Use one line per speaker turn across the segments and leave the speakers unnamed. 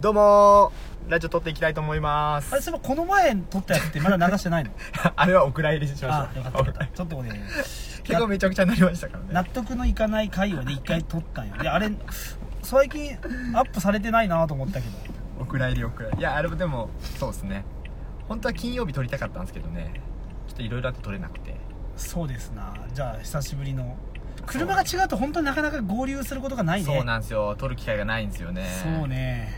どうもーラジオ撮っていきたいと思います
あれ、そういえばこの前撮ったやつってまだ流してないの
あれはお蔵入りしま
あ、
し
よか
た
ったよかった。ちょっとね、
結構めちゃくちゃになりましたから
納
ね
得のいかない回をね、一回撮ったんよ。で、あれ、最近アップされてないなと思ったけど。
お蔵入りお蔵入りいやあれもでもそうですね本当は金曜日撮りたかったんですけどねちょっといろいろあって撮れなくて
そうですな。じゃあ、久しぶりの。車が違うと本当になかなか合流することがないね。
そうなんですよ撮る機会がないんですよね
そうね。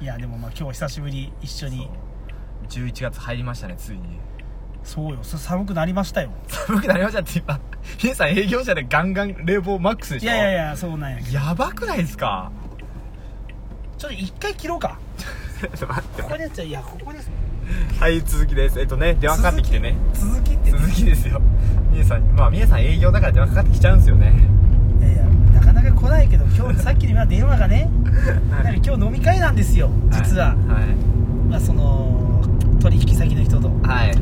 いや、でもまあ今日久しぶり一
そ
緒
う
に。
11月入りましたねついに
そうよ。そ寒くなりましたよ。
寒くなりましたって今 ヒデさん営業者でガンガン冷房マックスでし
い
ょ
やいやいや、そうなんやけど。
やばくないですか
ちょっと一回切ろうか。
ちょっと待って
ここでやっちゃういや、ここです。
はい続きですえっとね電話かかってきてね
続きってね、
続きですよみえさんまあみえさん営業だから電話かかってきちゃうんですよね
いやいやなかなか来ないけど今日さっきの今電話がねなんか今日飲み会なんですよ実は、
は
まあ、その取引先の人と、
い、はい、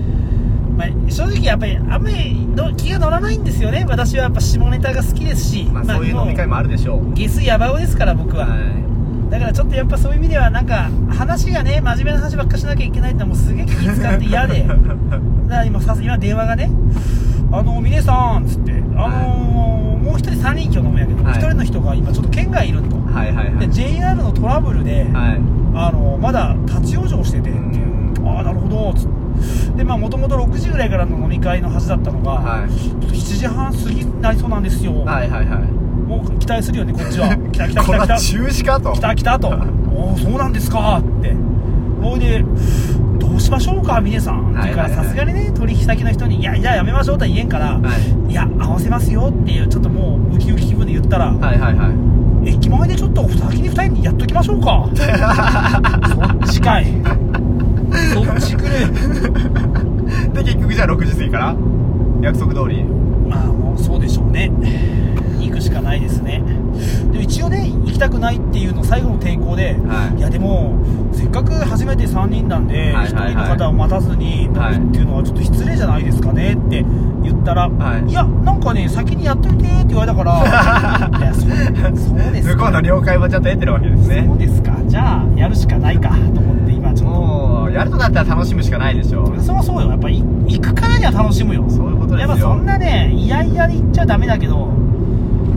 まあ、正直やっぱりあんまりの気が乗らないんですよね私はやっぱ下ネタが好きですし、
まあそういう飲み会もあるでしょう
ゲスヤバオですから僕は、
は
だからちょっとやっぱそういう意味ではなんか話がね真面目な話ばっかしなきゃいけないってのはもうすげえ気使って 嫌でだから今さす今電話がね「あの峰さん」っつって「あのーもう一人3人今日飲むんやけど、
はい
一人の人が今ちょっと県外いると」
いはいはいは
で
い
JR のトラブルで、
はい
あのまだ立ち往生しててって
う
いう
ん
ああなるほどつってでまあもともと6時ぐらいからの飲み会のはずだったのが、
はい
ちょっと7時半過ぎになりそうなんですよ、
はいはいはい
もう期待するよねこっち は来た来た来
これ
た
は
来た
中止かと
来た来たとおおそうなんですかってほいでどうしましょうか峰さ
は
ん、
いはいはい
だからさすがにね取引先の人に「いやいややめましょう」とは言えんから
は
「、
い
や合わせますよ」っていうちょっともうウキウキ気分で言ったら
は
「
いはいはい
駅前でちょっと先に2人にやっときましょうかそっちかいそっち来る
で結局じゃあ6時過ぎから約束通り
まあもうそうでしょうね行くしかないですねでも一応ね行きたくないっていうの最後の抵抗で、
はい
いやでもせっかく初めて3人なんで、
はい
一
はいはい
1人の方を待たずに飲む
はい
っていうのはちょっと失礼じゃないですかねって言ったら、
はい
い、やなんかね先にやっといてって言われたから いやそうそうです
向こうの了解はちゃんと得てるわけですね
そうですかじゃあやるしかないかと思って今ちょっと
もうやるとなったら楽しむしかないでしょう
そうそうよやっぱい行くからには楽しむよ
そういうことですよ
やっぱそんなねいやいやで行っちゃダメだけど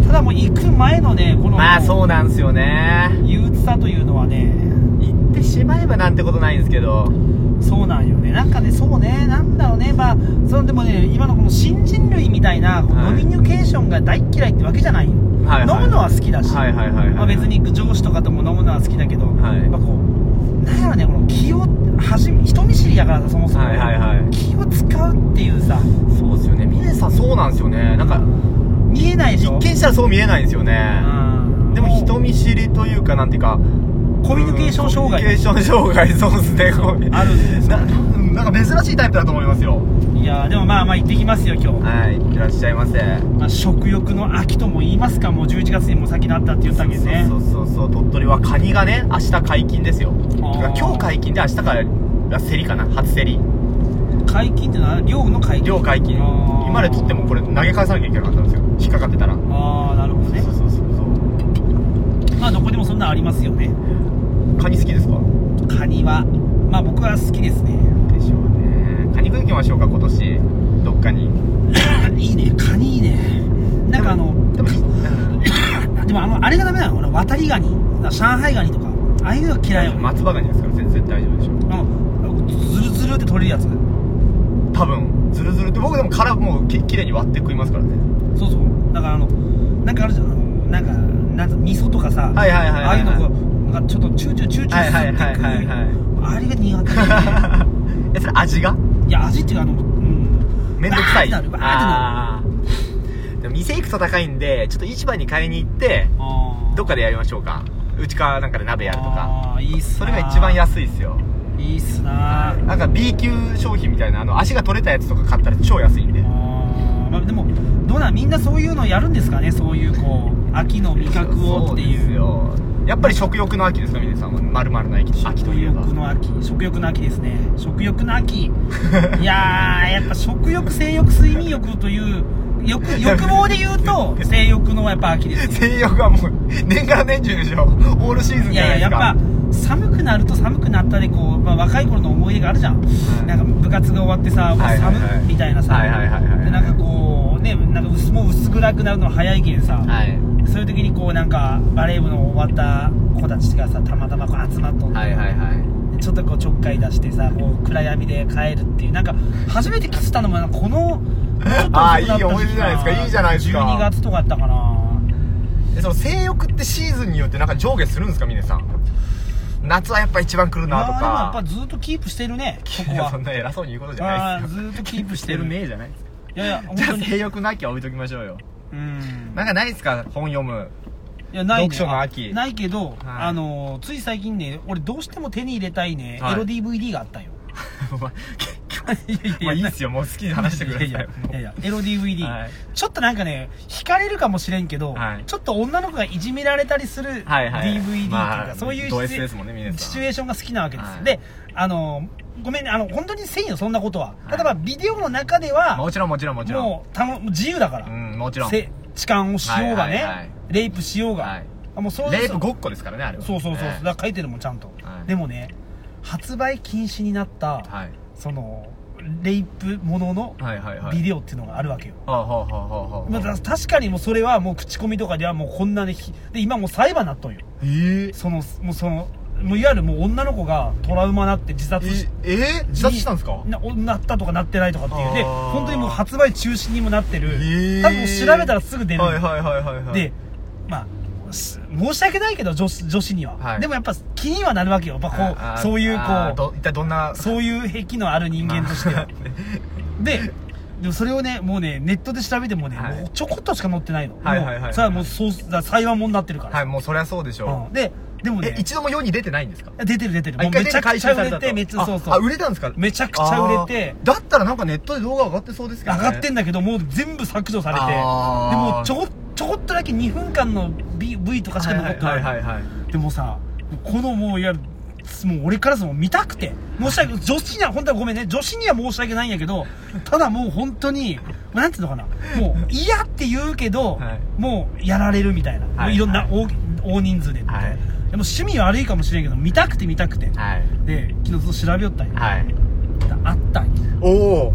ただもう行く前のねこの、
まあそうなんですよね
憂鬱さというのはね
行ってしまえばなんてことないんですけど
そうなんよねなんかねそうねなんだろうねまあそのでもね今のこの新人類みたいなこう
はい
ノミニュケーションが大っ嫌いってわけじゃないよ、
はいはい
飲むのは好きだし、
はいはいはいはい
まあ、別 に上司とかとも飲むのは好きだけど、
はい
やっぱこうなんやろねこの気をはじめ人見知りやからさそもそも、
はいはいはい
気を使うっていうさ
そうですよね峰さんそうなんですよねなんか
見えないでし
一
ょ
見したらそう見えないんですよね
うん
でも人見知りというかなんていうか
コミュニケーション障害
うんコミュニケーション障害そうですねこう
あるんです
ななんか珍しいタイプだと思いますよ
いやーでもまあまあ行ってきますよ今日、
はいいらっしゃいませ
まあ、食欲の秋とも言いますかもう11月にも先なったって言ったわけですね
そうそうそうそう鳥取はカニがね明日解禁ですよ
あー
今日解禁で明日からセリかな初セリ
解禁ってのは漁の解禁
量解禁
あー
今まで取ってもこれ投げ返さなきゃいけなかったんですよ引っかかってたらそ
ああなるほどね
うそうそうそう
まあどこでもそんなんありますよね
カニ好きですか
カニはまあ僕は好きです ね
でしょうねカニ食い行きましょうか今年どっかに
いいねカニいいねなんかあの
でも
でもあのあれがダメなのほら渡りガニ上海ガニとかああいうのが嫌いよ
松葉ガニですから全然大丈夫でしょう
あのズルズルって取れるやつ
多分ズルズルって僕でも殻もうききれいに割って食いますからね
そうそうだからあのなんかあるじゃんあのなんかなんか味噌とかさ
はいはいはいはい
ああいうのこうなんかちょっとチューチューチューチュー
はいはいはいはいはい
吸ってくるあれ が苦
えそれ味が
手いや味っていうかあのうん
めんどくさい
バーってなるバーってなる
あーでも店行くと高いんでちょっと市場に買いに行って
あー
どっかでやりましょうかうちかなんかで鍋やるとか
あーいいっす
そ
な
れが一番安いですよ
いいっすなあ
なんか B 級商品みたいなあの足が取れたやつとか買ったら超安いんで
ーまあでもどうなんみんなそういうのやるんですかねそういうこう秋の味覚をって
そうです
いう
よやっぱり食欲の秋ですか皆さんは丸々の秋秋と
食
いえば
欲の秋食欲の秋ですね食欲の秋いやーやっぱ食欲性欲睡眠欲という 欲欲望で言うと性欲のやっぱ秋ですね
性欲は もう年がら年中でしょオールシーズン
い
じゃな
や
い
い
で
やや
す
っ
か
ぱ寒くなると寒くなったでこう、まあ、若い頃の思い出があるじゃん、
い
なんか部活が終わってさ、うわ
はいはいはい
寒っみたいなさ、
はいはいはいはい
でなんかこうねなんか薄もう薄暗くなるの早いけんさ、
はい
そういう時にこうなんかバレー部の終わった子たちがさたまたまこう集まっとって、
はいはいはい
ちょっとこうちょっかい出してさこう暗闇で帰るっていうなんか初めてキスしたのもなんか このちょっと遅くな
あ
った
ーいい思い出じゃないですかいいじゃないですか
12月とかやったかな
えその性欲ってシーズンによってなんか上下するんですか峰さん夏はやっぱ一番来るなと
まあでもや
か
っぱずっとキープしてるねこ
い
こ
や
は
そんな偉そうに言うことじゃ
あ
ないで
あー
す
ず
よ
ーっとキープし
し
て
て
る
る
ね
ねえじゃないですか
いやいや本
じゃ
当
あ
に
性欲なきゃ置いときましょうよ
うん
なんかないですか本読む
いやないね
読書の秋
あないけど、
はい
あのーつい最近ね俺どうしても手に入れたいね、
はい
エロ DVD があったんよ
お前
いや
まあいいっすよもう好きに話してください
いやい
もう
やいやいやエロ DVD、
はい
ちょっとなんかね惹かれるかもしれんけど、
はい
ちょっと女の子がいじめられたりする DVD って
はいはい
いうか、
まあ
そういう
ド
シ
S
チュエ
ですもんね皆さん
シチュエーションが好きなわけです、
はい
であのーごめんねあの本当にせんよそんなことは、
はい
例えばビデオの中では
もちろんもちろんもちろん
もうたの自由だから、
うんもちろん
せ痴漢をしようがね、
はいはいはい
レイプしようが、
はい
あもうそう
レイプごっこですからねあれは
そうそうそうそう、
ええ
だから書いてるもんちゃんと、
はい
でもね発売禁止になった、
はい
そのレイプものの
はいはいはい
ビデオっていうのがあるわけよ、
はあはあはあはあはあ
まあだから確かにもうそれはもう口コミとかではもうこんなにひで今もう裁判なっとんよ
えー
そのもうそのもういわゆるもう女の子がトラウマなって自殺し
ええー自殺したんですか
ななったとかなってないとかっていうで
あー
本当にもう発売中止にもなってる、
ええ
多分もう調べたらすぐ出る、
はいはいはいはいはい
でまあす申し訳ないけど女子女子には、
はい
でもやっぱ気にはなるわけよやっぱ
あ
こ
ー
うそういう
あー
こ
ど一体どんな
うそういう癖のある人間としてはででもそれをねもうねネットで調べてもね、
はい
もうちょこっとしか載ってないの、
はいはいはい
もうそれはもうそうだ裁判もんになってるから、
はいもうそりゃそうでしょ
うんででも
う、
ね
え一度も世に出てないんですか
出てる出てる
あ
もう
一回出
めち
て
ゃく
回
ちゃ
収さ
売
れ
れ
た
てめっちゃ
あ
そう
あ
そう
売れたんですか
めちゃくちゃ売れて
あーだったらなんかネットで動画上がってそうですけど、
上
ね、
がってんだけどもう全部削除されてで
あー
もうちょこちょこっとだけ2分間の V, v とかしか残ってない,、
はいはいはいはい
でもさこのもういやもう俺からすも見たくて申し訳女子には本当はごめんね女子には申し訳ないんやけどただもう本当になんていうのかなもう嫌って言うけど、
はい
もうやられるみたいな、
はい
もういろんな
はい
大大人数でって、
はい
でも趣味悪いかもしれんけど見たくて見たくて、
はい
で昨日ずっと調べよったんや、
はい
あったんや
おお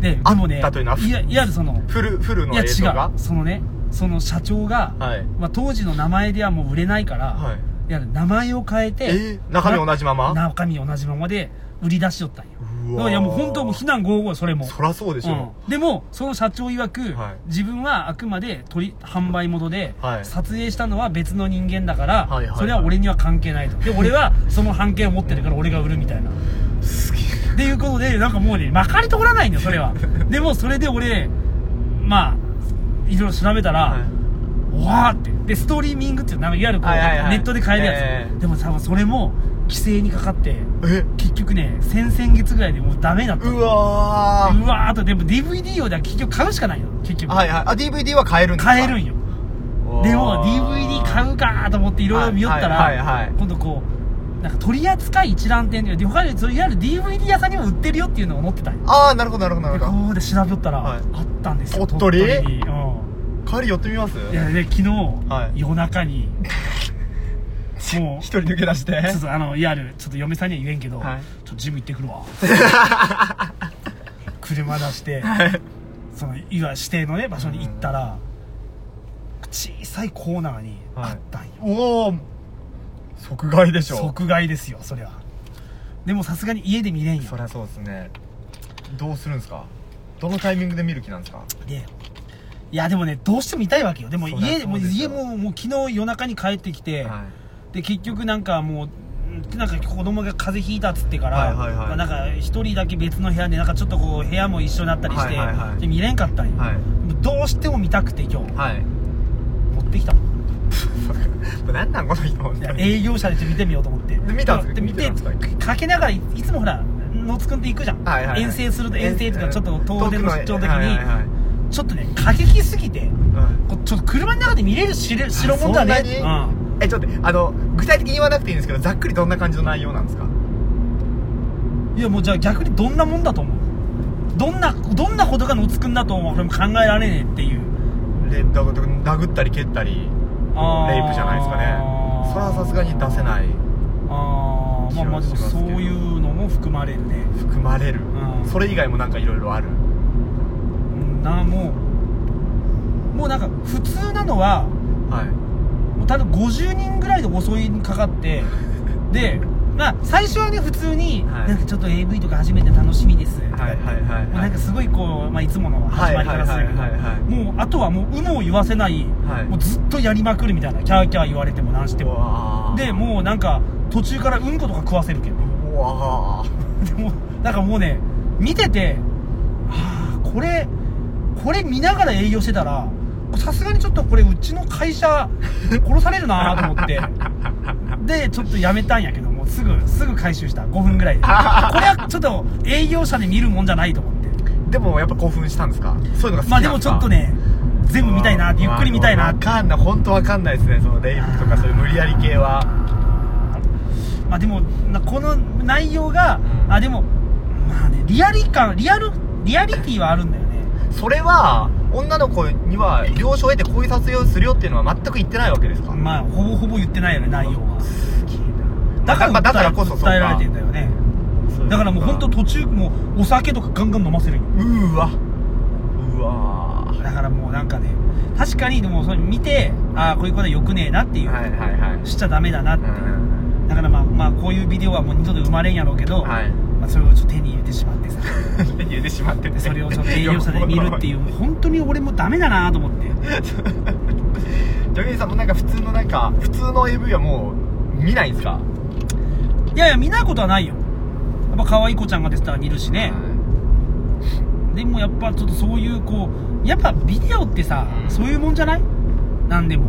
ででもね
あったというのはい
やいやその
フルフルの
いや
映
違
像が
うそのねその社長が、
はい
まあ、当時の名前ではもう売れないから、
はい
いや名前を変えて、
えー中身同じまま
な中身同じままで売り出しよったんよ
うわー
だからいやもう本当もう非難合々それも
そりゃそうでしょ
うんでもその社長曰く、
はい
自分はあくまで取り販売元で、
はい
撮影したのは別の人間だか
はい
ら、
はいはい
それは俺には関係ないとで俺はその半径を持ってるから俺が売るみたいな
うすげえ
っていうことでなんかもうねまかり通らないんだよ それはでもそれで俺まあいろいろ調べたら、うわーってでストリーミングっていうなんかいわゆるこう、
はいはいはい
ネットで買えるやつ、
ええ
でも多分それも規制にかかって
え
結局ね先々月ぐらいでもうダメだった
うわ
うわーあとでも DVD をだから結局買うしかないよ結局、
ーはいはいあ DVD は買えるんですか
買えるんよでも DVD 買うかーと思っていろいろ見よったら、
はいはいはいはい
今度こうなんか取り扱い一覧店で他にそういわゆる DVD 屋さんにも売ってるよっていうのを載ってたんよ
ああなるほどなるほどな
で
る
こ
ほ
うで調べよったら、
はい
あったんですよ
鳥取
にうん
ど帰り寄ってみます
いやで昨日、
い
夜 中にもう
一
ち
人抜け出して
ょっとあのいわゆるちょっと嫁さんには言えんけど、
はい
ちょっとジム行ってくる わ車出してそのいわゆる指定のね場所に行ったら、小さいコーナーにあったんよ、
おお即買いでしょ
即買いですよそれはでもさすがに家で見れんよ
そりゃそうですねどうするんですかどのタイミングで見る気なんですか
でいやでもねどうしても見たいわけよでも
そりゃ
家
そう
もう
です
家
よ
ももう昨日夜中に帰ってきて、で結局なんかもううんなんか子供が風邪ひいたっつってから、
はいはいはい
なんか一人だけ別の部屋でなんかちょっとこう部屋も一緒になったりして、
はいはいはい
で見れんかったんよ、
はい
どうしても見たくて今日
はい
持ってきたの
何なんこの人本
いや
当に
営業者でちょっと見てみようと思って
で見たんですか
で見
見て
て
たんですか
かけながらいいつもほら野津くんって行くじゃん、
はいはいはい
遠征すると遠征とかちょっと遠出の出張の時に、
はいはいはい
ちょっとね過激すぎてこうちょっと車の中で見れるしれ白物だね
そんなにえちょっと待ってあの具体的に言わなくていいんですけどざっくりどんな感じの内容なんですか
うんいやもうじゃあ逆にどんなもんだと思うどんなどんなことがのつくんだと思う俺も考えられねえっていう
でだだ殴ったり蹴ったり
あー
レイプじゃないですかねそれはさすがに出せない
ああまあまあでも
気はします
そ
け
う
ど
いうのも含まれるね
含まれる、
うん
それ以外もなんかいろいろある
うんなもうもうなんか普通なのは
はい
もう多分50人ぐらいで襲いかかって でまあ最初はね普通に、
はい
なんかちょっと AV とか初めて楽しみです、
はいはいはい
もう
は
ないんかすごいこう、まあ、いつもの始まりからするけど
はいはいはいはいはい
もうあとはもう有無を言わせない、
はい
もうずっとやりまくるみたいなキャーキャー言われても何して
う
も
わー
でもうなんか途中からうんことか食わせるけど
うわー
でもなんかもうね見ててああこれこれ見ながら営業してたらさすがにちょっとこれうちの会社 殺されるなと思ってでちょっとやめたんやけどもうすぐすぐ回収した5分ぐらいでこれはちょっと営業者で見るもんじゃないと思って
でもやっぱ興奮したんですかそういうのが好き
ま
な
あ
んですか
でもちょっとね全部見たいなゆっくり見たいな
わかんない本当わかんないですねそのレイプとかそういう無理やり系は
まあでもなこの内容が
うん
あでもまあねリアリ感リアルリアリティはあるんだよね
それは女の子には了承を得てこういう撮影をするよっていうのは全く言ってないわけですか、
まあほぼほぼ言ってないよね内容はだ
だから
か
らだからこそそう
伝えられ
か
てんだよねだからもう本当
う
途中もうお酒とかガンガン飲ませるよ
ーわうわー
だからもうなんかね確かにでもそれ見てああこういうことはよくねえなっていう、
はいはいはい
しちゃダメだなって
う
いう、
ん
だからまあまあこういうビデオはもう二度と生まれんやろうけど、
はい
まあ、それをちょっと手に入れてしまってさ
言ってしまって
で
て
それをちょっと営業者で見る っていう本当に俺もダメだなと思って
ジョニーさんもなんか普通のなんか普通の AV はもう見ないんですか
いやいや見ないことはないよやっぱ可愛い子ちゃんが出てたら見るしね、でもやっぱちょっとそういうこうやっぱビデオってさ、
うん
そういうもんじゃないなんでも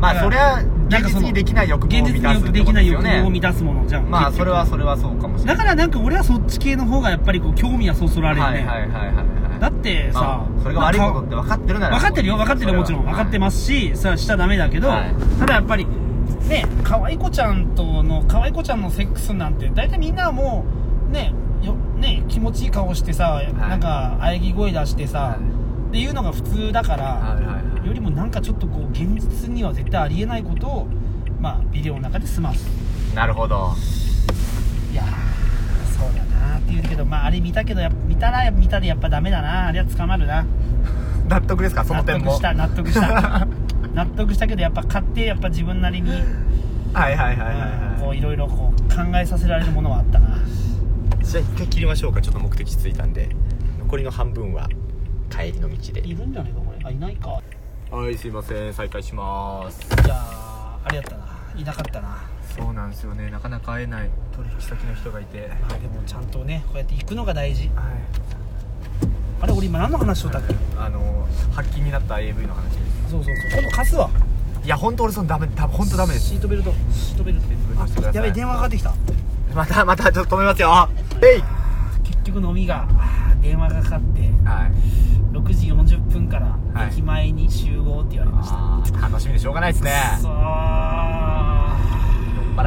まあそれ
は
は現実にできない欲望を
現実
満たすって
にで
こ
き
と
な
で
い
すよ
欲望を
ね
満たすものじゃん
まあそ
結局
れはそれはそうかもしれな
だ
い
からなんか俺はそっち系の方がやっぱりこう興味はそそられるね、
はいはいはいはいはい
だってさ、
まあそれが悪いことって分かってるなら
分かってるよ分かってるよもちろん分かってますすしそれはしちゃダメだけど、
はい
ただやっぱりね可愛い子ちゃんとの可愛い子ちゃんのセックスなんて大体みんなはもうねよね気持ちいい顔してさ、なんか喘ぎ声出してさ、
は
っていうのが普通だから、
はいはいはい
よりもなんかちょっとこう現実には絶対ありえないことをまあビデオの中で済ます
なるほど
いやーそうだなーっていうけどまああれ見たけどやっぱ見たら見たでやっぱダメだなあれは捕まるな
納得ですかその
納
点
得
も
した納得した 納得したけどやっぱ買ってやっぱ自分なりに、
はいはいはいはい
うんこ
は
ういろいろこう考えさせられるものはあったない
じゃあ一回切りましょうかちょっと目的地ついたんで残りの半分は帰りの道で
いるんじゃないかこれあいないか
はいすいません再開します
じゃああれやったないなかったな
そうなんですよねなかなか会えない取引先の人がいてはい
まあでもちゃんとねこうやって行くのが大事あれ俺今何の話しとったっけ
あの発禁になった AV の話で
そうそうそう今度貸すわ
すいや本当俺そのダメ多分本当ダメです
シートベルトシートベルト
トベルトしてください
あやべえ電話かかってきた
またまたちょっと止めますよえい
結局飲みがあー電話がかかって
はい
6時40分から
はい
駅前に集合って言われました、
あー楽しみでしょうがないですね
くそ
酔っ
ー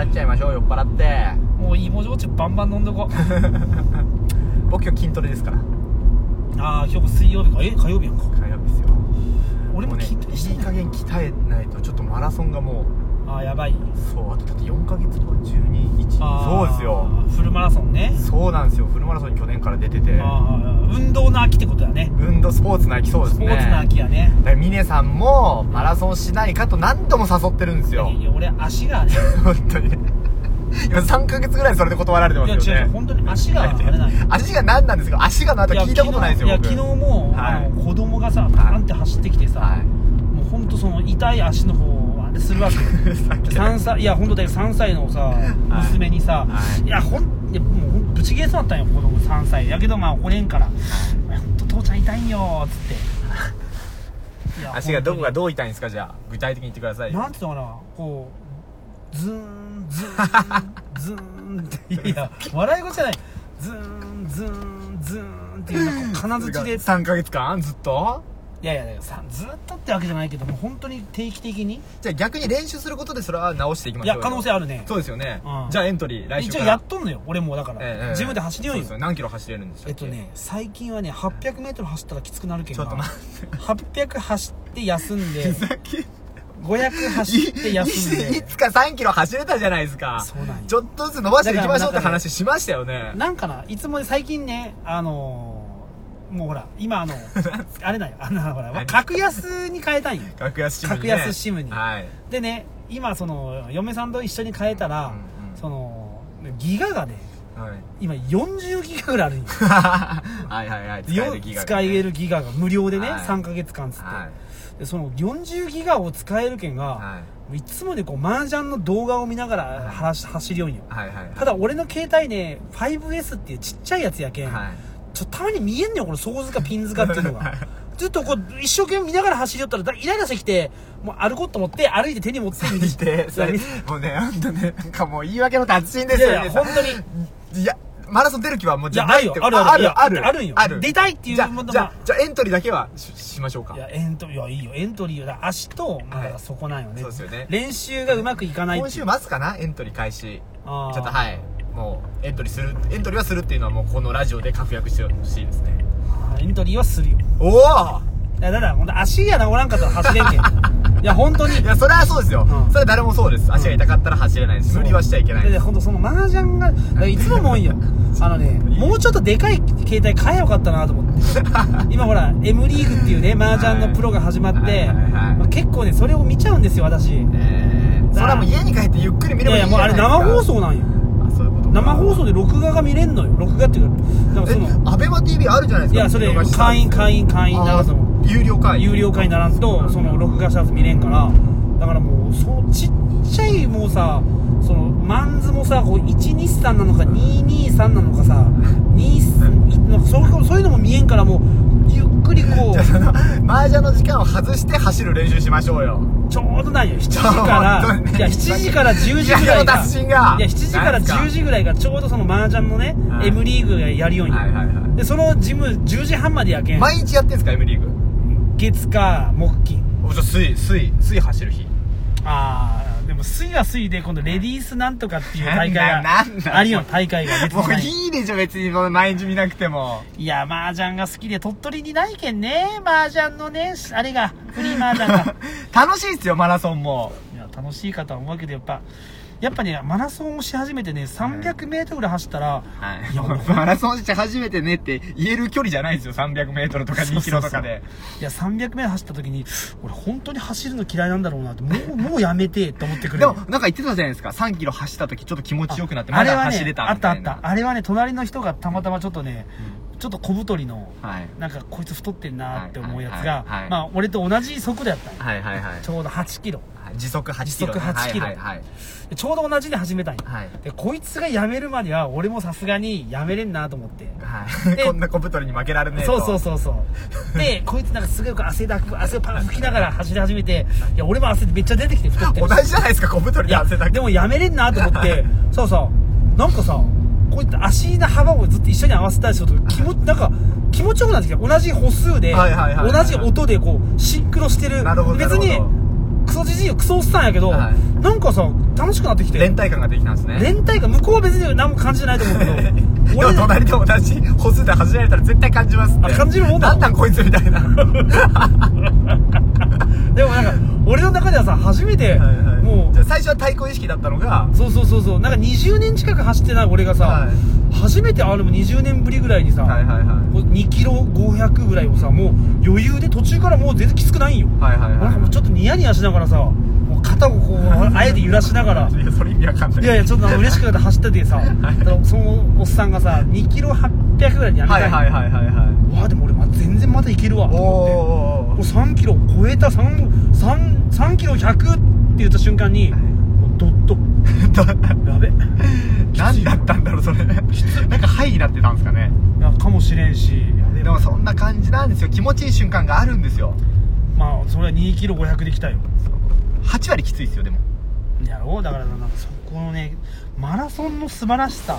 払っちゃいましょう酔っ払って
もういいもじもちバンバン飲んどこ
僕今日筋トレですから
ああ今日水曜日かえ火曜日やんか
火曜日ですよ
俺も筋トレしたい
いい
な、
加減鍛えないとちょっとマラソンがも
ああやばいう
そうあとだって4ヶ月後121
あ
そう
ー
ですよ
フルマラソンね
そうなんですよフルマラソンに去年から出てて
ああ運動の秋ってことだね
運動スポーツの秋そうです
スポ
ね
ーツの秋やね
だから峰さんもマラソンしないかと何度も誘ってるんですよ
いや俺足がね
本当に 今3ヶ月ぐらいそれで断られて
いや
ますよ
違う違う
ね
本当に足があ れなんよ
足が何なんですか足が何だか聞いたことないですよ
いや
僕
昨日いや昨日も、
はい
あの子供がさバーンって走ってきてさ、
は
もう本当その痛い足の方をあれするわけよ
い さっき
3歳いや本当だよ3歳のさ
い
娘にさ、
はい
い、やほんいやもうほんぶち切れそうだったんよ子供3歳やけどまあ5年から「本当父ちゃん痛いんよ」っつってい や
足がどこが
本
どう痛いんですかじゃあ具体的に言ってくださ
当
い
になんていうのかなこうズーンズーン ズーンっていや笑い事じゃないズーンズーンズーンっていうなんか金槌で
3ヶ月間ずっと
いいやいやだからさずっとってわけじゃないけどもう本当に定期的に
じゃあ逆に練習することでそれは直していきま
い
しょう
や
よ
可能性あるね
そうですよね、
うん
じゃあエントリー来週
一
か
応
ら
やっとんのよ俺もだから、
ええええ
自分で走りよう
そう
よ
ですよ何キロ走れるんでした
え
っ
っと
け
ね最近はね 800m 走ったらきつくなるけど
ちょっと待
800走って休んで
ふざけん
500走って休ん
いい
で
つか3キロ走れたじゃないですか
そうなんよ
ちょっとずつ伸ばしていきましょうって
だからなんか
話しましたよね
なんかないつもね最近ねあのーもうほら今 あのあれだよあのほら
何
格安に変え たいんよ
格安シムに、ね、
格安シムに
はい
でね今その嫁さんと一緒に変えたら、
うんうん
そのギガがね
はい
今40ギガぐらいあるんよ
はいはいはい 使えるギガ、ね、
使えるギガが無料でね、
はい
3ヶ月間つって、
は
でその40ギガを使える券
い、
が、、
はい
つもねこう麻雀の動画を見ながら走走りよんよ
い、はいはい
ただ俺の携帯ね 5S っていうちっちゃいやつやけん、
はい
ちょっとたまに見えんねよこの底塚ピン塚 っていうの
はい
がずっとこう一生懸命見ながら走りよったらだイライラしてきてもう歩こうと思って歩いて手に持って見
見てそれもうねあんたねなんかもう言い訳の達人で
い
すよね
やいや、本当に。
いや、マラソン出る気はもう
い
じゃ
や、
な
あ
い
る
っ
よ
て。、
あるある。
ある、
あるんよ。
ある。
出たいってい
じゃ
うも
あ
の
じゃ
が
あ。じゃあエントリーだけはししましょうか
いや、エントリー、いや、いいよ。エントリーよ。だから足と、まあ、だからそこなんよね。
そうですよね
練習がうまくいかないってい
今
う
週末かなエントリー開始
あー
ちょっとはいもうエントリーするエントリーはするっていうのはもうこのラジオで確約してほしいですね
あーエントリーはするよ。
おお
いや、だから、ほんと足が治らんかったら走れんけん。いや、本当に。
いやそれはそうですよ、
うん
それは誰もそうです足が痛かったら走れないです無理はしちゃいけない
で
で
ですほんとその麻雀が、だからいつも思 うんよ。あのね、もうちょっとでかい携帯買えよかったなと思 って。今ほら、M リーグっていうね、麻雀のプロが始まっ
はい
て、
はいはいはい
まあ結構ね、それを見ちゃうんですよ、私。い
えー、それはもう家に帰ってゆっくり見れば
やい
いい
や、
じ
も
ゃ
う
な
あ
い
れ
ですか
生放送なんよ。
あそういうことか
生放送で録画が見れんのよ録画っていうかだからその
えアベマ t v あるじゃないです
い
か
やそれ
見逃した
会員会員会員ならず
あー有料会員
有料会にならんとその録画したやつ見れんからだからもうそうちっちゃいもうさそのマンズもさこう123なのか223なのかさ23なんかそういうそういうのも見えんからもうゆっくりこ
じゃあ
う
その麻雀の時間を外して走る練習しましょうよ
ちょうどないよ7時
ち
か
ょうどね
らいや7時から10時ぐらい
いや
が
達人が
いや7時から10時ぐらいがちょうどその麻雀のね
はい
M リーグがやるように
はいはいはい
でそのジム10時半までやけん
毎日やってんすか M リーグ
月火木金
おじゃあ水水水走る日
ああでも水は水で今度レディースなんとかっていう大会
なんだなんだ
があるよ大会が 別
も
に
う
ない
いいでしょ別にこの毎日見なくても
いや麻雀が好きで鳥取にないけんね麻雀のねあれがフリー麻雀 が
楽しいっすよマラソンも
いや楽しいかとは思うけどやっぱやっぱねマラソンをし始めてね 300m ぐらい走ったら、
はい
いや俺
マラソンして初めてねって言える距離じゃないんですよ 300m とか2キロとかで
いや 300m 走った時に俺本当に走るの嫌いなんだろうなってもうもうやめてと思ってくる
でもなんか言ってたじゃないですか3キロ走った時ちょっと気持ちよくなってまだ走れた
あ
み
れは
たい
ねあっ
な
たあったあれはね隣の人がたまたまちょっとね、ちょっと小太りの
はい
なんかこいつ太ってんなって思うやつ
はいはいはいは
が
い
まあ俺と同じ速度やったんよ
はいはいはい
ちょうど8キロ
時速8キロ
時速8キロ
はいはい
でちょうど同じで始めたんよ
はい
でこいつが辞めるまでは俺もさすがに辞めれんなと思って
はい、はい、
で
こんな小太りに負けられねえ
そ
と
うそうそうそ うでこいつなんかすごいこう汗だく汗をパン吹きながら走り始めていや俺も汗めっちゃ出てきて太って
同
るし
じじゃないですか小太り
い
で
や
汗だけ
でもやめれんなと思って そうそうなんかさこういった足の幅をずっと一緒に合わせたりすると気持ちなんか気持ちよくなってきて同じ歩数で
はいはいはいはい
同じ音でこうシンクロしてる
なるほど
別
なる
に
ほ
クソじじいクソおっさんやけど、
はい
なんかさ楽しくなってきて
連帯感ができたんですね
連帯が向こうは別に何も感じてないと思うけど
でも
俺
隣と同じ歩数で走られたら絶対感じますって
あ感じるもんな
な
の
んなんこいつみたいな
でもなんか俺の中ではさ初めて
も
もう
うじゃあ最初は対抗意識だったのが
そうそうそうそうなんか20年近く走ってない俺がさ、
は
初めてあれも20年ぶりぐらいにさ、
はいはいはい
こう2キロ500ぐらいをさもう余裕で途中からもう全然きつくないんよ、
はいはい
なんかもう
は
ちょっとニヤニヤしながらさもう肩をこうあえて揺らしながら
いいやそれ意味わかんない
いやいやちょっと嬉しくなって走っててさ、だからそのおっさんがさ2キロ800ぐらいにやめた
はい
んよ
はいはいはいはい
わあでも俺ま全然まだいけるわと
おー
思っ
お
て
ーお
もう
ー
3キロ超えた3 3 3キロ100って言った瞬間に、
はい
ドッと やべ
何だったんだろう それなんかハイになってたんですかね
いやかもしれんし
でもそんな感じなんですよ気持ちいい瞬間があるんですよ
まあそれは2キロ500できたよ
8割きついですよでも
やろうだからなんかそこのねマラソンの素晴らしさ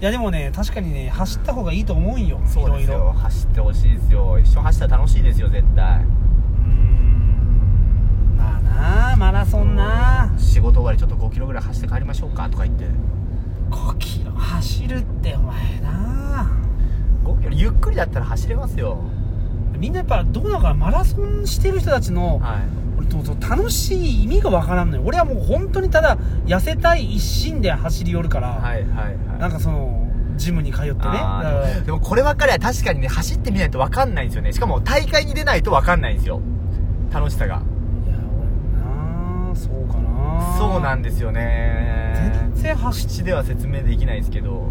いやでもね確かにね走った方がいいと思うんよい
そう
ろ
で
い
すよ
ろ
走ってほしいですよ一緒に走ったら楽しいですよ絶対
うーんまあなあマラソンなあ
仕事終わりちょっと5キロぐらい走って帰りましょうかとか言って
5キロ走るってお前なあ
5キロゆっくりだったら走れますよ
みんなやっぱどうなのかなマラソンしてる人たちの、
はい
俺どうぞ楽しい意味がわからんのよ俺はもう本当にただ痩せたい一心で走り寄るから、
はいはいはい
なんかそのジムに通ってねだ
あー
から
でもこればっかりは確かにね走ってみないと分かんないんですよねしかも大会に出ないと分かんないんですよ楽しさが
いや俺なあそうかな
そうなんですよね
全然走っ
口では説明できないですけど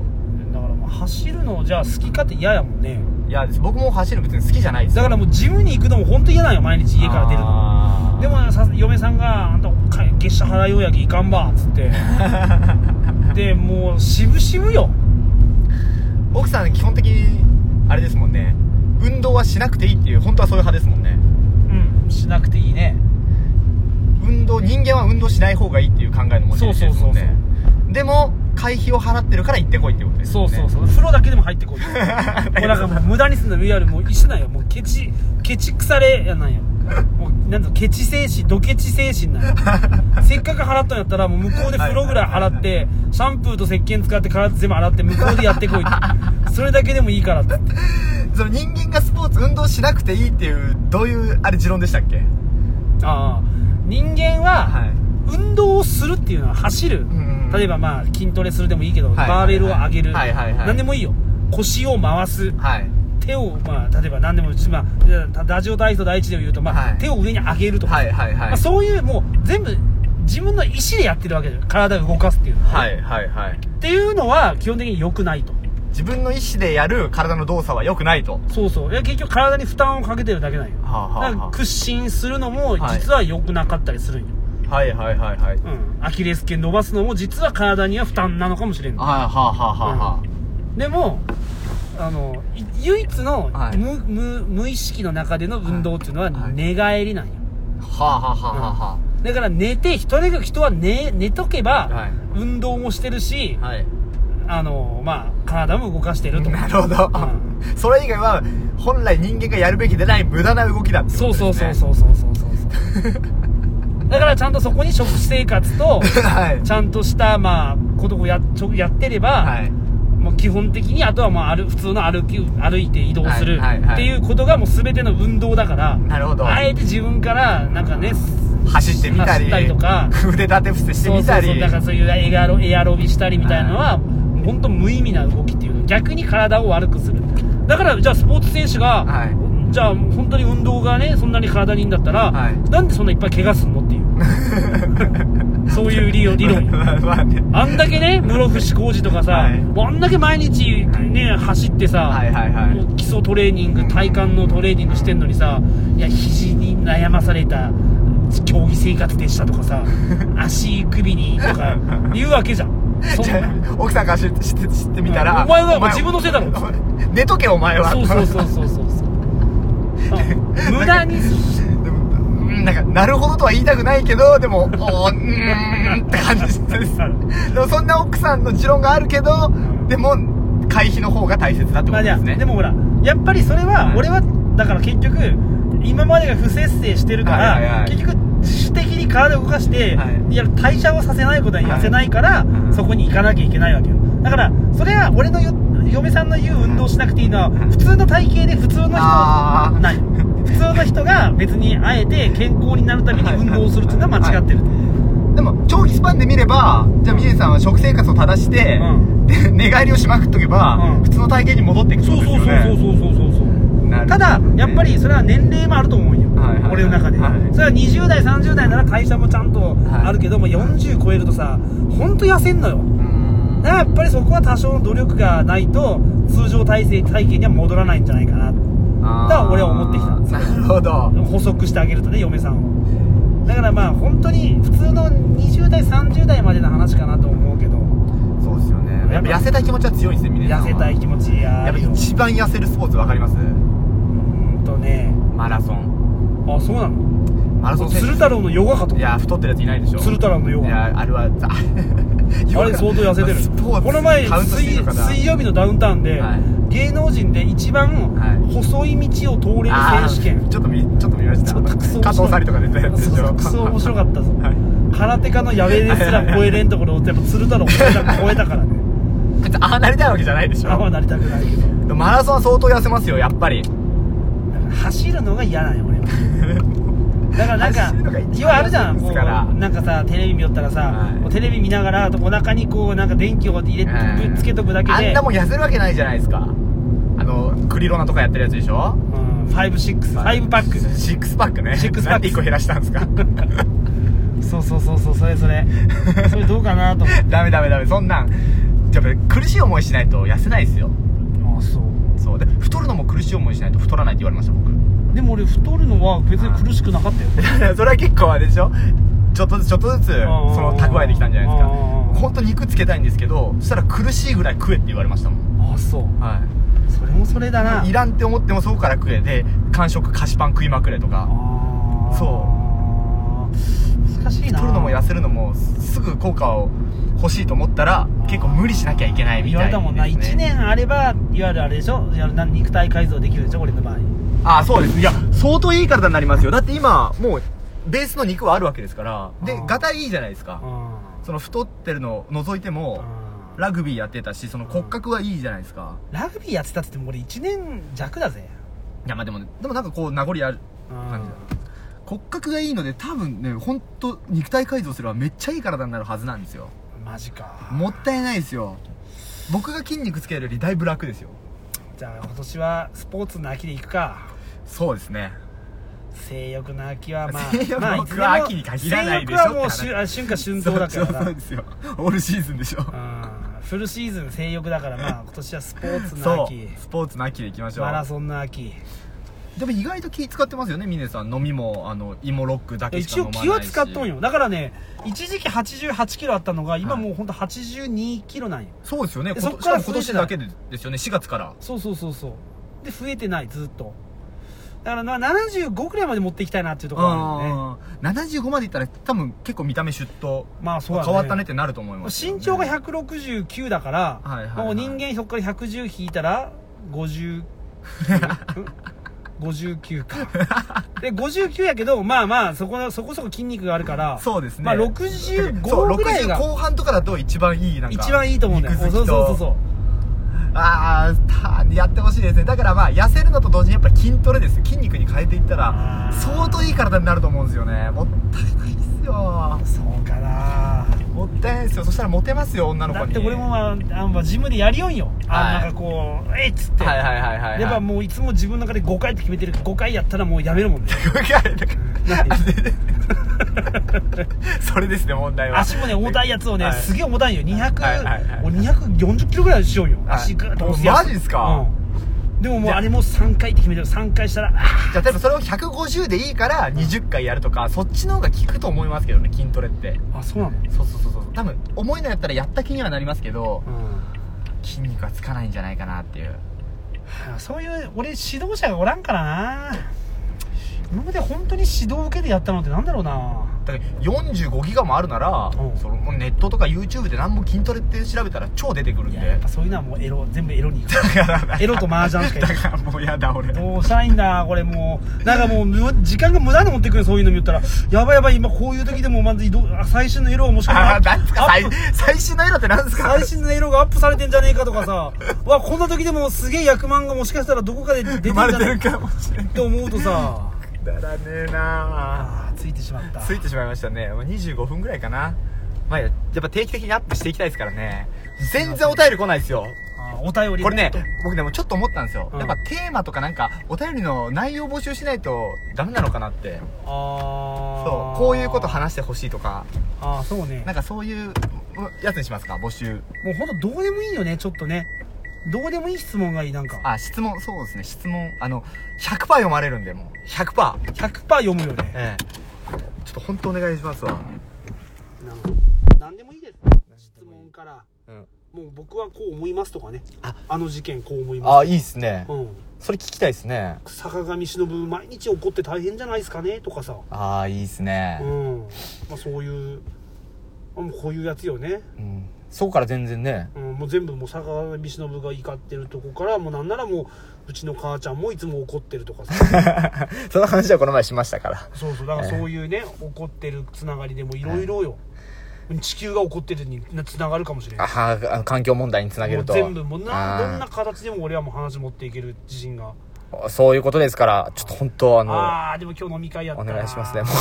だからもう走るのじゃあ好きかって嫌やもんね
いや僕も走るの別に好きじゃないです
だからもうジムに行くのも本当嫌なんよ毎日家から出るの
の
でもさ嫁さんが「あんたか月謝払いようやけいかんば」っつって でもう渋々よ
奥さん基本的にあれですもんね運動はしなくていいっていう本当はそういう派ですもんね
うんしなくていいね
運動人間は運動しない方がいいっていう考えの持ち主ですもんね
そうそう
でも会費を払ってるから行ってこいってことです
そ
よ
う
ね
そう
う
そう、風呂だけでも入って こいもうなんかもう無駄にすんのいわゆるもう一緒なんよもうケチケチ腐れやなんよもうなんとケチ精神ドケチ精 神なんよせっかく払ったんやったらもう向こうで風呂ぐらい払ってシャンプーと石鹸使って体全部洗って向こうでやってこ いってそれだけでもいいからって
その人間がスポーツ運動しなくていいっていうどういうあれ持論でしたっけ
ああ人
は
間
い
は運動をするっていうのは走る、
ん
例えばまあ筋トレするでもいいけど、
はい
バーベルを上げる、
はいはいはい
何でもいいよ腰を回す
はい
手を、まあ、例えば何でも、まあ、ラジオ体操第一で言うと、まあ
はい
手を上に上げるとか、
はいはいはい
まあ、そういうもう全部自分の意思でやってるわけじゃん体を動かすっていうのは、
はいはいはい
っていうのは基本的に良くないと
自分の意思でやる体の動作は良くないと
そうそういや結局体に負担をかけてるだけなんよ、
はあはあはあ
だから屈伸するのも
はい
実は良くなかったりするんよ、
はいはいはいはい
うん、アキレス腱伸ばすのも実は体には負担なのかもしれんの
はいはあはあはあはあ
でもあのい唯一の無,、
はい
無無意識の中での運動っていうのは
はい
寝返りなんよ、
はあはあはあは
だから寝て人が人は寝寝とけば、
はい
運動もしてるし
あはい
あのまあ体も動かしてると
なるほど
う
それ以外は本来人間がやるべきでない無駄な動きだって
そうそうそう
う
そうそうそうそう そうだからちゃんとそこに食生活と
はい
ちゃんとしたまあことをやちょやってれば、
はい
もう基本的にあとはまあ歩普通の歩き歩いて移動する
はいはいはい
っていうことがもう全ての運動だから
なるほど
あえて自分からなんかね
走ってみたり
走ったりとか
腕立て伏せして
そう
み
そ
た
うそう
り
だからそういうエアロエアロビしたりみたいなのは本当無意味な動きっていうの逆に体を悪くするだからじゃあスポーツ選手が、
はい
じゃあ本当に運動がねそんなに体にいいんだったら、
はい
なんでそんないっぱい怪我すんのっていう そういう理論理論よ
まあまあね
あんだけね、室伏浩二とかさ、
はい
もうあんだけ毎日ね、走ってさ、
はいはいはい
もう基礎トレーニング、体幹のトレーニングしてんのにさ、いや、肘に悩まされた競技生活でしたとか さ、足首にとか言うわけじゃん。そん
じゃ
な
あ奥さんから知って知って知ってみたら
お前はもう自分のせいだろ
お前寝とけお前は
そうそうそうそ うそうそう。あ無駄に、
でもうんなんか、なるほどとは言いたくないけど、 でも、おーうーんって感じです。でもそんな奥さんの持論があるけど、でも、会費の方が大切だってこと
まあじゃ
で
あ
すね。
でもほらやっぱりそれは、
はい
俺はだから結局今までが不節制してるから、
はいはいはい
結局自主的に体を動かして、
はい
い、や代謝をさせないことに痩せないから、
はい
そこに行かなきゃいけないわけよだからそれは俺のよ嫁さんの言う運動しなくていいのは、普通の体型で普通の人
あー
ない普通の人が別にあえて健康になるために運動をするっていうのは間違ってる、
でも、長期スパンで見れば、じゃあ、ミネさんは食生活を正して、
うん
で、寝返りをしまくっとけば、
うん
普通の体型に戻っていくってことですよね。
そうそうそうそう
なるほ
た
ど
だやっぱ、りそれは年齢もあると思うんよ、
はいはいはい
俺の中で、
はい
それは20代30代なら代謝もちゃんとあるけども、40超えるとさほんと痩せんのよ
うーん
だからやっぱりそこは多少の努力がないと通常体制体型には戻らないんじゃないかなだから俺は思ってきたんです
なるほど。
補足してあげるとね嫁さんをだからまあ本当に普通の20代30代までの話かなと思うけど
そうですよね。やっぱ痩せたい気持ちは強いんですね、ミネさんは。
痩せたい気持ち
や
や
っぱ
るよ
一番痩せるスポーツわかります
うんとね
マラソン。
あそうなの
マラソン選
鶴太郎のヨガかと
手いや太ってるやついないでしょ
鶴太郎のヨ
い
ガ
やあれはざ
あれ相当痩せて る
スポーツ
この前
カウントして
水
るのかな
水曜日のダウンタウンで、
はい
芸能人で一番
はい
細い道を通れる
あー
選手権
ちょっと見ちょっと見ました
ちょっとクソ面白い
加藤さりとか出てるやつ
そう
でし
そう
ょ
クソ面白かったぞ、
はい
空手家のやべえですら超えれんところをやっぱ鶴太郎を超えた超えたからね
別にああなりたいわけじゃないでし
あんま
ょ
なりたくないけど
でもマラソンは相当痩せますよやっぱり
だから走るのが嫌なんよ俺はだからなん
走るのが
か
一番
要はあるじゃん
です
こ
から
うなんかさテレビ見よったらさ、
はい
こうテレビ見ながらお腹にこうなんか電気を入れて
うん
ぶっつけとくだけ
あん
で
なもん痩せるわけないじゃないですかあのクリロナとかやってるやつでしょ
うん565パック
シックスパックね
シックスパック
なんで1個減らしたんですか
そうそうそうそうそれそれ それどうかなと思って
ダメダメダメそんなんやっぱり苦しい思いしないと痩せないですよ
ああそう
そうで太るのも苦しい思いしないと太らないって言われました僕
でも俺太るのは別に苦しくなかったよ
それは結構あれでしょちょっとずつちょっとずつそ
ん
の蓄えてきたんじゃないですか
うん
本当に肉つけたいんですけどそしたら苦しいぐらい食えって言われましたもん
ああそう
は
それもそれだない
らんって思ってもそこから食えで完食菓子パン食いまくれとか
ああ難しいな
取るのも痩せるのもすぐ効果を欲しいと思ったら結構無理しなきゃいけないみ
言
た
わ
い
れたもんな
ですね
1年あればいわゆるあれでしょいわゆる何肉体改造できるでしょ俺の場合
ああそうですいや相当いい体になりますよだって今もうベースの肉はあるわけですからで
あー
ガタイいいじゃないですか
うん
その太ってるのを除いてもラグビーやってたしその骨格はいいじゃないですか
ラグビーやってたって言っても俺1年弱だぜ
いやまあでもでもなんかこう名残ある
うん
骨格がいいので多分ね本当肉体改造すればめっちゃいい体になるはずなんですよ
マジか
もったいないですよ僕が筋肉つけるよりだいぶ楽ですよ
じゃあ今年はスポーツの秋で行くか
そうですね
性欲の秋はまあ
性欲
まあ
の
いつ
秋
でも
は秋に限らないでしょ
性欲はもう
って話
しゅあ春夏春冬だから
そう
な
ですよオールシーズンでしょ
うんフルシーズン性欲だからまあ今年はスポーツの
そ
秋
うスポーツの秋でいきましょ
マラ
う
ソンの秋
でも意外と気使ってますよね峰さん飲みもあの芋ロックだけしか
一
飲
応
まないし
気は使っとんよだからね一時期8 8キロあったのが今もうほんと8 2キロなんよ
そうですよね
で
こと
そっ
しか
か
らも今年
増えてない
だけでですよね4月から
そうそうそうそうで増えてないずっとだからまあ75くらいまで持っていきたいなっていうところはあるよね
うん75までいったら多分結構見た目シュッと
まあそ
変
うだね
わったねってなると思いますよね
身長が169だから、
はいはいはい
もう人間そこから110引いたら50 59かで59やけどまあまあそこのそこそこ筋肉があるから
そうですね
まあ、65ぐらいが
そう60後半とかだと一番いいなんか
一番いいと思うんだよ
肉
そう
付
そう
きと
そうそう
ああやってほしいですねだからまあ痩せるのと同時にやっぱり筋トレです筋肉に変えていった
あ
ら
ー
相当いい体になると思うんですよねもったいないですよ
そうかな
もったいないですよそしたらモテますよ女の
だ
子
っ
に
て俺もまああのまあジムでやりよんよあ
はい
なんかこうえいっつって、
はいはいはいはいはい
やっぱもういつも自分の中で5回って決めてる5回やったらもうやめるもんねなんていう
それですね問題は
足もね重たいやつをね、
はい
すげえ重たいよ200、
はいはいはい
俺240キロぐらいしようよ、
はい
足グーッと押すやつ
マジっすか、
うんでももうあれも3回って決めてる3回したらあ
じゃあ例えばそれを150でいいから20回やるとかそっちの方が効くと思いますけどね筋トレって
ーあそうなの、
そうそうそうそう多分重いのやったらやった気にはなりますけど
う、
筋肉はつかないんじゃないかなっていうん
そういう俺指導者がおらんからな今まで本当に指導受けてやったのってなんだろうな
だから45ギガもあるなら、
うん
そのもうネットとか YouTube で何も筋トレって調べたら超出てくるん
い
で
ややっぱそういうのはもうエロ全部エロに行 くエロと麻雀し か
だ
行く
からもうやだ俺
どうしたらいいんだこれもうなんかもうむ時間が無駄に持ってくるそういうの見よったらやばいやばい今こういう時でもまず移動あ最新のエロはもしかしたら
あーなんすか
アッ
最
プ
最新の色ってなんですか
最新のエロがアップされてんじゃねえかとかさうわこんな時でもすげえ役満がもしかしたらどこかで出てんじ
生
ゃ
まれて
ね
る
えか
かもしれない
って思うとさ
くだらねえな
あーついてしまった
ついてしまいましたねまあ25分ぐらいかなまあやっぱ定期的にアップしていきたいですからね全然お便り来ないですよ
あーお便り
これね
もっと
僕でもちょっと思ったんですよ、
うん
やっぱテーマとかなんかお便りの内容募集しないとダメなのかなって
あ
そ
ー
うこういうこと話してほしいとか
ああそうね
なんかそういううやつにしますか募集
もうほんとどうでもいいよねちょっとねどうでもいい質問がいいなんか
あ質問そうですね質問あの100%読まれるんでもう100%
100%読むよね
ええちょっと本当お願いしますわ
なんでもいいです質問から、
うん
もう僕はこう思いますとかね
あ
あの事件こう思います
あいいっすね
うん
それ聞きたいっすね
坂上忍毎日怒って大変じゃないですかねとかさ、
ああいいっす
う
ね
んまあ、そういうあもうこういうやつよね、
うんそこから全然ね
うん、もう全部もう坂上忍が怒ってるとこからもうなんならもううちの母ちゃんもいつも怒ってるとかさ
その話はこの前しましたから
そうそうだからそういうね怒ってるつながりでもいろいろよ、地球が怒ってるにつながるかもしれない
ああ環境問題につなげ
も
る
う
と
全部もうな
あー
どんな形でも俺はもう話持っていける自信が
そういうことですからちょっと本当あの
ああでも今日飲み会やった
お
な
願いしますねもう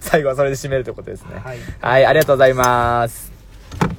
最後はそれで締めるということですね
はい
はい、ありがとうございます